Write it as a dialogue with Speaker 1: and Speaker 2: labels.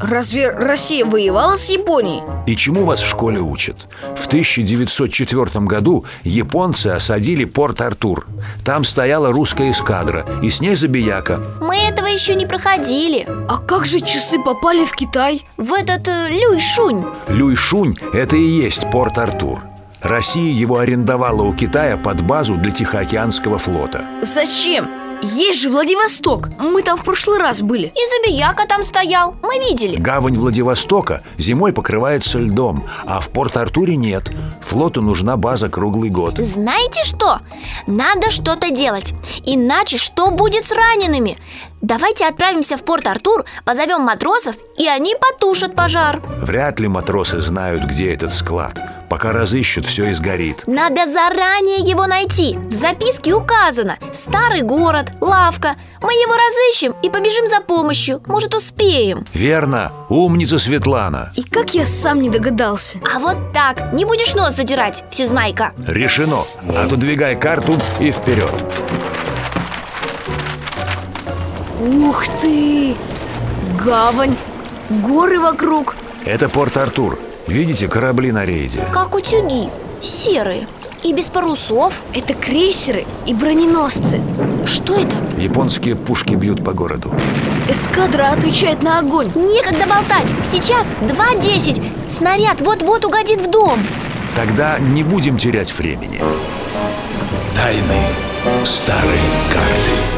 Speaker 1: Разве Россия воевала с Японией?
Speaker 2: И чему вас в школе учат? В 1904 году японцы осадили порт Артур. Там стояла русская эскадра, и с ней забияка.
Speaker 3: Мы этого еще не проходили
Speaker 1: А как же часы попали в Китай?
Speaker 3: В этот э, Люйшунь
Speaker 2: Люйшунь – это и есть порт Артур. Россия его арендовала у Китая под базу для Тихоокеанского флота.
Speaker 1: Зачем? Есть же Владивосток! Мы там в прошлый раз были.
Speaker 3: И забияка там стоял, мы видели
Speaker 2: Гавань Владивостока зимой покрывается льдом, а в Порт-Артуре нет. Флоту нужна база круглый год.
Speaker 3: Знаете что? Надо что-то делать Иначе что будет с ранеными? Давайте отправимся в Порт-Артур, позовем матросов, и они потушат пожар
Speaker 2: Вряд ли матросы знают, где этот склад. Пока разыщут, все и сгорит.
Speaker 3: Надо заранее его найти В записке указано Старый город, лавка Мы его разыщем и побежим за помощью Может, успеем
Speaker 2: Верно, умница Светлана.
Speaker 1: И как я сам не догадался.
Speaker 3: А вот так, не будешь нос задирать, всезнайка
Speaker 2: Решено. Отодвигай карту и вперед.
Speaker 1: Ух ты! Гавань, горы вокруг.
Speaker 2: Это Порт-Артур. Видите корабли на рейде?
Speaker 3: Как утюги, серые и без парусов
Speaker 1: Это крейсеры и броненосцы.
Speaker 3: Что это?
Speaker 2: Японские пушки бьют по городу.
Speaker 1: Эскадра отвечает на огонь.
Speaker 3: Некогда болтать, сейчас 2.10 Снаряд вот-вот угодит в дом
Speaker 2: Тогда не будем терять времени.
Speaker 4: Тайны старой карты.